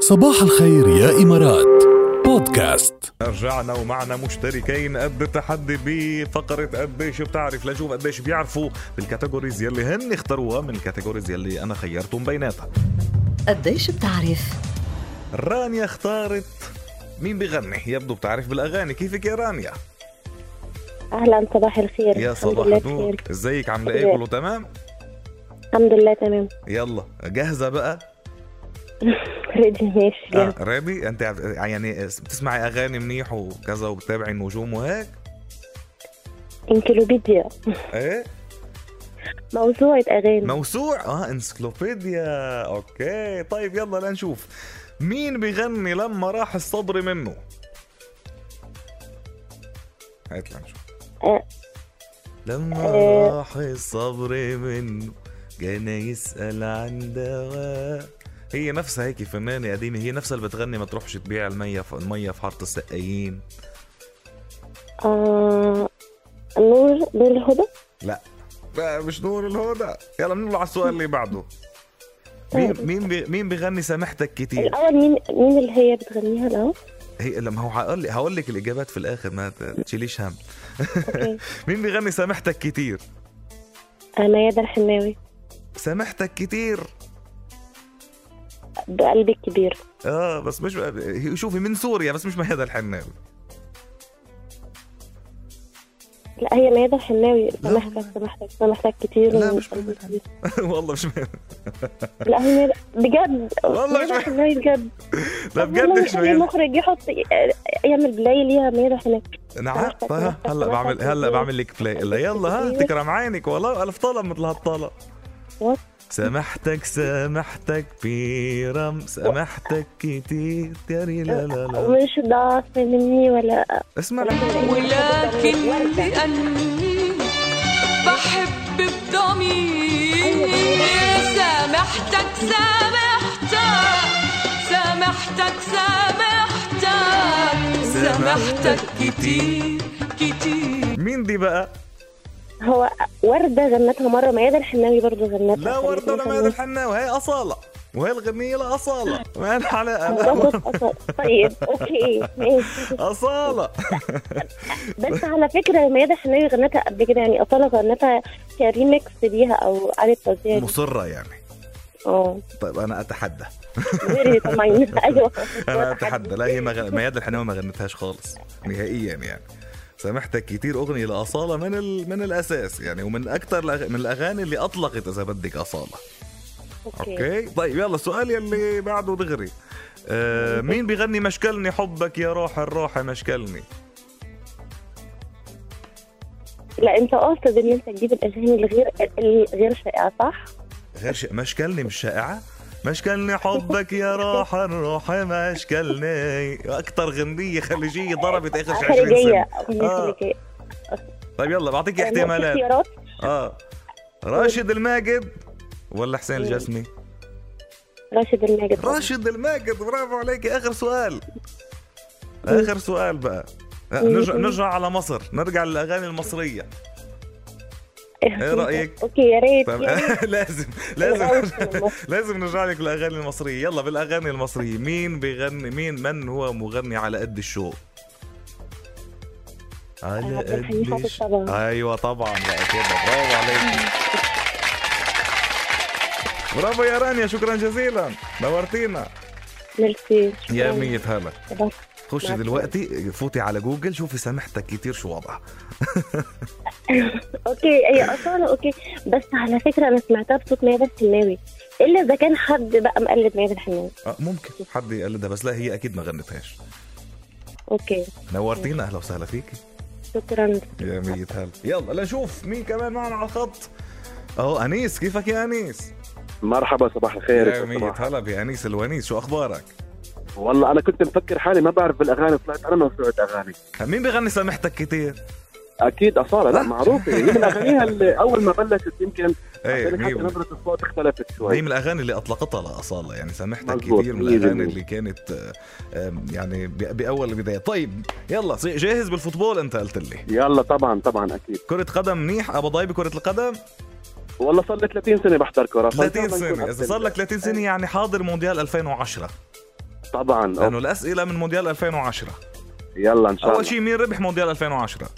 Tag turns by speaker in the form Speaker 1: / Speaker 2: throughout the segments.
Speaker 1: صباح الخير يا إمارات بودكاست
Speaker 2: رجعنا ومعنا مشتركين قد التحدي بفقرة قديش بتعرف لنشوف قديش بيعرفوا بالكاتيجوريز يلي هن اختاروها من الكاتيجوريز يلي أنا خيرتهم بيناتها
Speaker 3: قديش بتعرف؟
Speaker 2: رانيا اختارت مين بغني يبدو بتعرف بالأغاني كيفك يا رانيا
Speaker 4: اهلا صباح الخير
Speaker 2: يا
Speaker 4: الحمد
Speaker 2: صباح
Speaker 4: لله
Speaker 2: النور
Speaker 4: بخير.
Speaker 2: ازيك عاملة ايه كله تمام
Speaker 4: الحمد لله تمام
Speaker 2: يلا جاهزة بقى
Speaker 4: ريدي ماشي
Speaker 2: آه.
Speaker 4: آه.
Speaker 2: ريدي انت عف- يعني بتسمعي أغاني منيح وكذا وبتتابعي النجوم وهيك
Speaker 4: انكلوبيديا
Speaker 2: ايه
Speaker 4: موسوعة اغاني
Speaker 2: موسوع اه انسكلوبيديا اوكي طيب يلا لنشوف مين بيغني لما راح الصبر منه هات لنشوف
Speaker 4: آه.
Speaker 2: لما
Speaker 4: آه.
Speaker 2: راح الصبر منه كان يسأل عن دواء هي نفسها هيك فنانة قديمة هي نفسها اللي بتغني ما تروحش تبيع المية في المية في حارة السقايين
Speaker 4: آه. نور نور الهدى
Speaker 2: لا لا، مش نور الهدى يلا بنقول على السؤال اللي بعده
Speaker 4: آه.
Speaker 2: مين مين بي- مين بيغني سامحتك كتير
Speaker 4: الاول مين مين اللي هي بتغنيها الأول؟
Speaker 2: هي لما هو هقول لك هقول لك الاجابات في الاخر ما ت- تشيليش هم
Speaker 4: اوكي
Speaker 2: مين بيغني سامحتك كتير
Speaker 4: آه، ميادة الحناوي
Speaker 2: سامحتك كتير
Speaker 4: بقلبي الكبير
Speaker 2: اه بس مش هي- شوفي من سوريا بس مش ميادة الحناوي
Speaker 4: لا هي ميادة الحناوي سامحتك
Speaker 2: والله.
Speaker 4: سامحتك سامحتك كتير
Speaker 2: لا،
Speaker 4: و-
Speaker 2: مش ميادة الحناوي. والله مش ميادة.
Speaker 4: لا هي ميادة- بجد
Speaker 2: والله مش
Speaker 4: ميادة الحناوي بجد
Speaker 2: لا
Speaker 4: طب
Speaker 2: بجد
Speaker 4: والله
Speaker 2: مش
Speaker 4: يخلي
Speaker 2: ميادة
Speaker 4: المخرج يحط آه، يعمل بلاي ليها ميادة الحناوي
Speaker 2: نعم
Speaker 4: سامحتك،
Speaker 2: طه،
Speaker 4: سامحتك،
Speaker 2: هلا بعمل
Speaker 4: سامحتك
Speaker 2: هلا
Speaker 4: كتير.
Speaker 2: بعمل لك بلاي إلا يلا ها
Speaker 4: كتير.
Speaker 2: تكرم عينك والله الف طلب مثل هالطلب
Speaker 4: وات؟
Speaker 2: سامحتك سامحتك بيرم سامحتك كتير يا ري لا لا لا
Speaker 4: مش ضعف مني ولا
Speaker 2: اسمع
Speaker 5: ولكن لأني بحب بضميري سامحتك سامحتك سامحتك سامحتك سامحتك كتير كتير
Speaker 2: مين دي بقى؟
Speaker 4: هو وردة غنتها مرة ميادة الحناوي برضو غنتها
Speaker 2: لا وردة ولا ميادة الحناوي هي أصالة وهي الغنية لأصالة ما لها علاقة لا.
Speaker 4: برضو أصلا. طيب اوكي ماشي
Speaker 2: أصالة
Speaker 4: بس على فكرة ميادة الحناوي غنتها قبل كده يعني أصالة غنتها كريمكس ليها أو على التوزيع دي.
Speaker 2: مصرة يعني
Speaker 4: اه
Speaker 2: طيب أنا أتحدى
Speaker 4: غير طبعا أيوه
Speaker 2: أنا أتحدى لا هي ما غ- ميادة الحناوي ما غنتهاش خالص نهائيا يعني سامحتك كتير أغنية لأصالة من ال... من الأساس يعني ومن أكثر الأغ... من الأغاني اللي أطلقت إذا بدك أصالة
Speaker 4: اوكي
Speaker 2: أوكي طيب يلا السؤال يلي بعده دغري آه مين بيغني مشكلني حبك يا روح الروح مشكلني
Speaker 4: لا أنت قاصد إن أنت تجيب الأغاني الغير الغير شائعة صح؟
Speaker 2: غير شيء مشكلني مش شائعة مشكلني حبك يا راح الروح مشكلني أكتر غنية خليجية ضربت آخر 20
Speaker 4: خارجية
Speaker 2: سنة
Speaker 4: أغنية
Speaker 2: آه.
Speaker 4: خارجية
Speaker 2: طيب يلا بعطيك
Speaker 4: آه،
Speaker 2: احتمالات
Speaker 4: اختيارات
Speaker 2: آه راشد الماجد ولا حسين الجسمي
Speaker 4: راشد الماجد
Speaker 2: راشد الماجد برافو عليك آخر سؤال آخر سؤال بقى آه، نرجع نرجع على مصر نرجع للأغاني المصرية إيه رأيك؟
Speaker 4: اوكي يا ريت
Speaker 2: طب
Speaker 4: يا ريت.
Speaker 2: لازم
Speaker 4: أنا
Speaker 2: لازم
Speaker 4: أوسع من مصر.
Speaker 2: لازم نرجع لك للاغاني المصريه يلا بالاغاني المصريه مين بيغني مين من هو مغني على قد الشوق على
Speaker 4: عبد الحليم
Speaker 2: قد
Speaker 4: حافظ
Speaker 2: الش-
Speaker 4: طبعاً.
Speaker 2: ايوه طبعا لا كده برافو عليك برافو يا رانيا شكرا جزيلا نورتينا
Speaker 4: ميرسي
Speaker 2: يا
Speaker 4: شكراً.
Speaker 2: مية هلا
Speaker 4: شكراً.
Speaker 2: خشي
Speaker 4: مع السلامة.
Speaker 2: دلوقتي فوتي على جوجل شوفي سامحتك كتير شو وضعها
Speaker 4: اوكي هي اصاله اوكي بس على فكره انا سمعتها بصوت ميادة الحناوي الا اذا كان حد بقى مقلد ميادة الحناوي
Speaker 2: آه، ممكن حد يقلدها بس لا هي اكيد ما غنتهاش
Speaker 4: اوكي
Speaker 2: نورتينا اهلا وسهلا فيكي
Speaker 4: شكرا
Speaker 2: يا مية هلا يلا لنشوف مين كمان معنا على الخط اهو انيس كيفك يا انيس؟
Speaker 6: مرحبا صباح الخير
Speaker 2: يا مية
Speaker 6: صباح.
Speaker 2: هلا يا انيس الونيس شو اخبارك؟
Speaker 6: والله انا كنت مفكر حالي ما بعرف بالاغاني طلعت انا موسوعه اغاني
Speaker 2: مين بيغني سامحتك كتير؟
Speaker 6: اكيد اصاله لا معروفه هي من اغانيها اللي اول ما بلشت يمكن
Speaker 2: ايه
Speaker 6: عشان
Speaker 2: مية
Speaker 6: حتى
Speaker 2: بالمية.
Speaker 6: نبره الصوت اختلفت
Speaker 2: هي
Speaker 6: شوي
Speaker 2: من الاغاني اللي اطلقتها لاصاله يعني سامحتك
Speaker 6: مظبوط،
Speaker 2: كتير من
Speaker 6: مية
Speaker 2: الاغاني
Speaker 6: بالمية.
Speaker 2: اللي كانت آه، آم، يعني ب- باول البدايه طيب يلا سي- جاهز بالفوتبول انت قلت لي
Speaker 6: يلا طبعا طبعا اكيد
Speaker 2: كرة قدم منيح ابو ظبي كرة القدم
Speaker 6: والله صار لي 30 سنه بحضر كره
Speaker 2: 30 سنة اذا صار لك 30 سنة يعني حاضر مونديال 2010
Speaker 6: طبعا أوف.
Speaker 2: لانه الاسئله من مونديال 2010
Speaker 6: يلا ان شاء الله
Speaker 2: اول شيء مين ربح مونديال 2010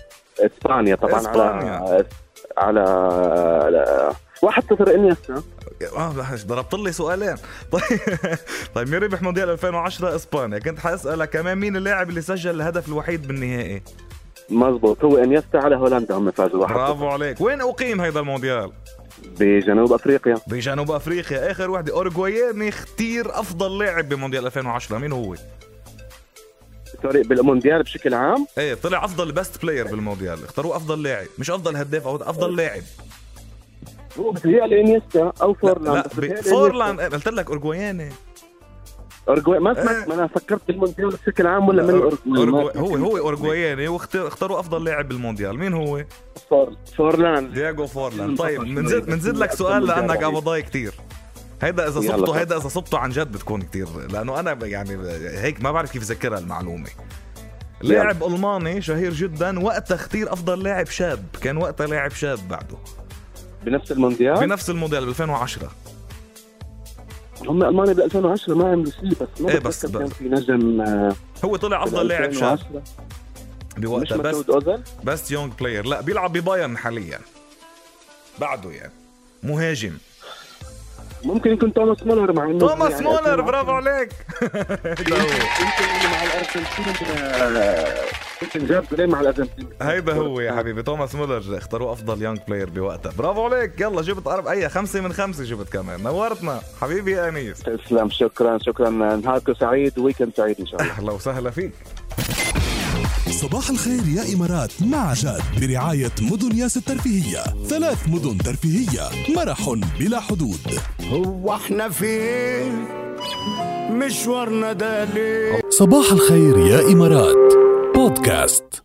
Speaker 6: اسبانيا طبعا
Speaker 2: إسبانيا.
Speaker 6: على على, على... واحد صفر انيستا
Speaker 2: اه لحظة، ضربت لي سؤالين طيب طيب مين ربح مونديال 2010 اسبانيا كنت حاسالك كمان مين اللاعب اللي سجل الهدف الوحيد بالنهائي
Speaker 6: مزبوط هو انيستا على هولندا هم فازوا واحد
Speaker 2: برافو عليك وين اقيم هيدا المونديال
Speaker 6: بجنوب افريقيا
Speaker 2: بجنوب افريقيا اخر وحده اورجواياني اختير افضل لاعب بمونديال 2010 مين هو
Speaker 6: سوري بالمونديال بشكل عام
Speaker 2: ايه طلع افضل بيست بلاير بالمونديال اختاروه افضل لاعب مش افضل هداف او افضل لاعب
Speaker 6: هو بتهيألي انيستا او
Speaker 2: لا
Speaker 6: فورلان
Speaker 2: لا
Speaker 6: بس
Speaker 2: ب-
Speaker 6: بتهيألي
Speaker 2: فورلان إيه، قلت لك اورجواياني
Speaker 6: اورجواي ما سمعت
Speaker 2: إيه.
Speaker 6: ما انا فكرت بالمونديال بشكل عام ولا من اورجواي ما
Speaker 2: أورجواي- هو هو اورجواياني واختاروا افضل لاعب بالمونديال مين هو
Speaker 6: فور- فورلان
Speaker 2: دياغو فورلان طيب بنزيد بنزيد لك سؤال لانك ابو ضاي كتير هيدا اذا
Speaker 6: يلا
Speaker 2: صبته
Speaker 6: طيب.
Speaker 2: هيدا اذا صبته عن جد بتكون كتير لانه انا ب- يعني ب- هيك ما بعرف كيف ذكرها المعلومه لاعب الماني شهير جدا وقتها اختير افضل لاعب شاب كان وقتها لاعب شاب بعده
Speaker 6: بنفس المونديال
Speaker 2: بنفس الموديل ب 2010
Speaker 6: هم المانيا بال 2010 ما عملوا شيء بس ما
Speaker 2: إيه، بس-
Speaker 6: بتذكر كان
Speaker 2: بس-
Speaker 6: في نجم آه،
Speaker 2: هو طلع افضل
Speaker 6: بال
Speaker 2: لاعب شاب
Speaker 6: 2010. مش
Speaker 2: بوقتها بس
Speaker 6: مسعود اوزل
Speaker 2: بس يونج بلاير لا بيلعب ببايرن حاليا بعده يعني مهاجم
Speaker 6: ممكن يكون توماس مولر مع انه
Speaker 2: توماس
Speaker 6: يعني
Speaker 2: مولر
Speaker 6: 2010
Speaker 2: برافو عليك هيدا هو
Speaker 6: يمكن إنه مع الارجنتين آه، يمكن جاب جولين مع الارجنتين
Speaker 2: هيدا هو يا حبيبي توماس مولر اختاروه افضل يونج بلاير بوقتها برافو عليك يلا جبت أرب... اي خمسة من خمسة جبت كمان نورتنا حبيبي يا انيس
Speaker 6: تسلم شكرا شكرا نهاركم سعيد ويكند سعيد ان شاء الله
Speaker 2: اهلا وسهلا فيك
Speaker 1: صباح الخير يا إمارات مع جاد برعاية مدن ياس الترفيهية ثلاث مدن ترفيهية مرح بلا حدود
Speaker 7: هو احنا فين مشوارنا ده ليه
Speaker 1: صباح الخير يا إمارات بودكاست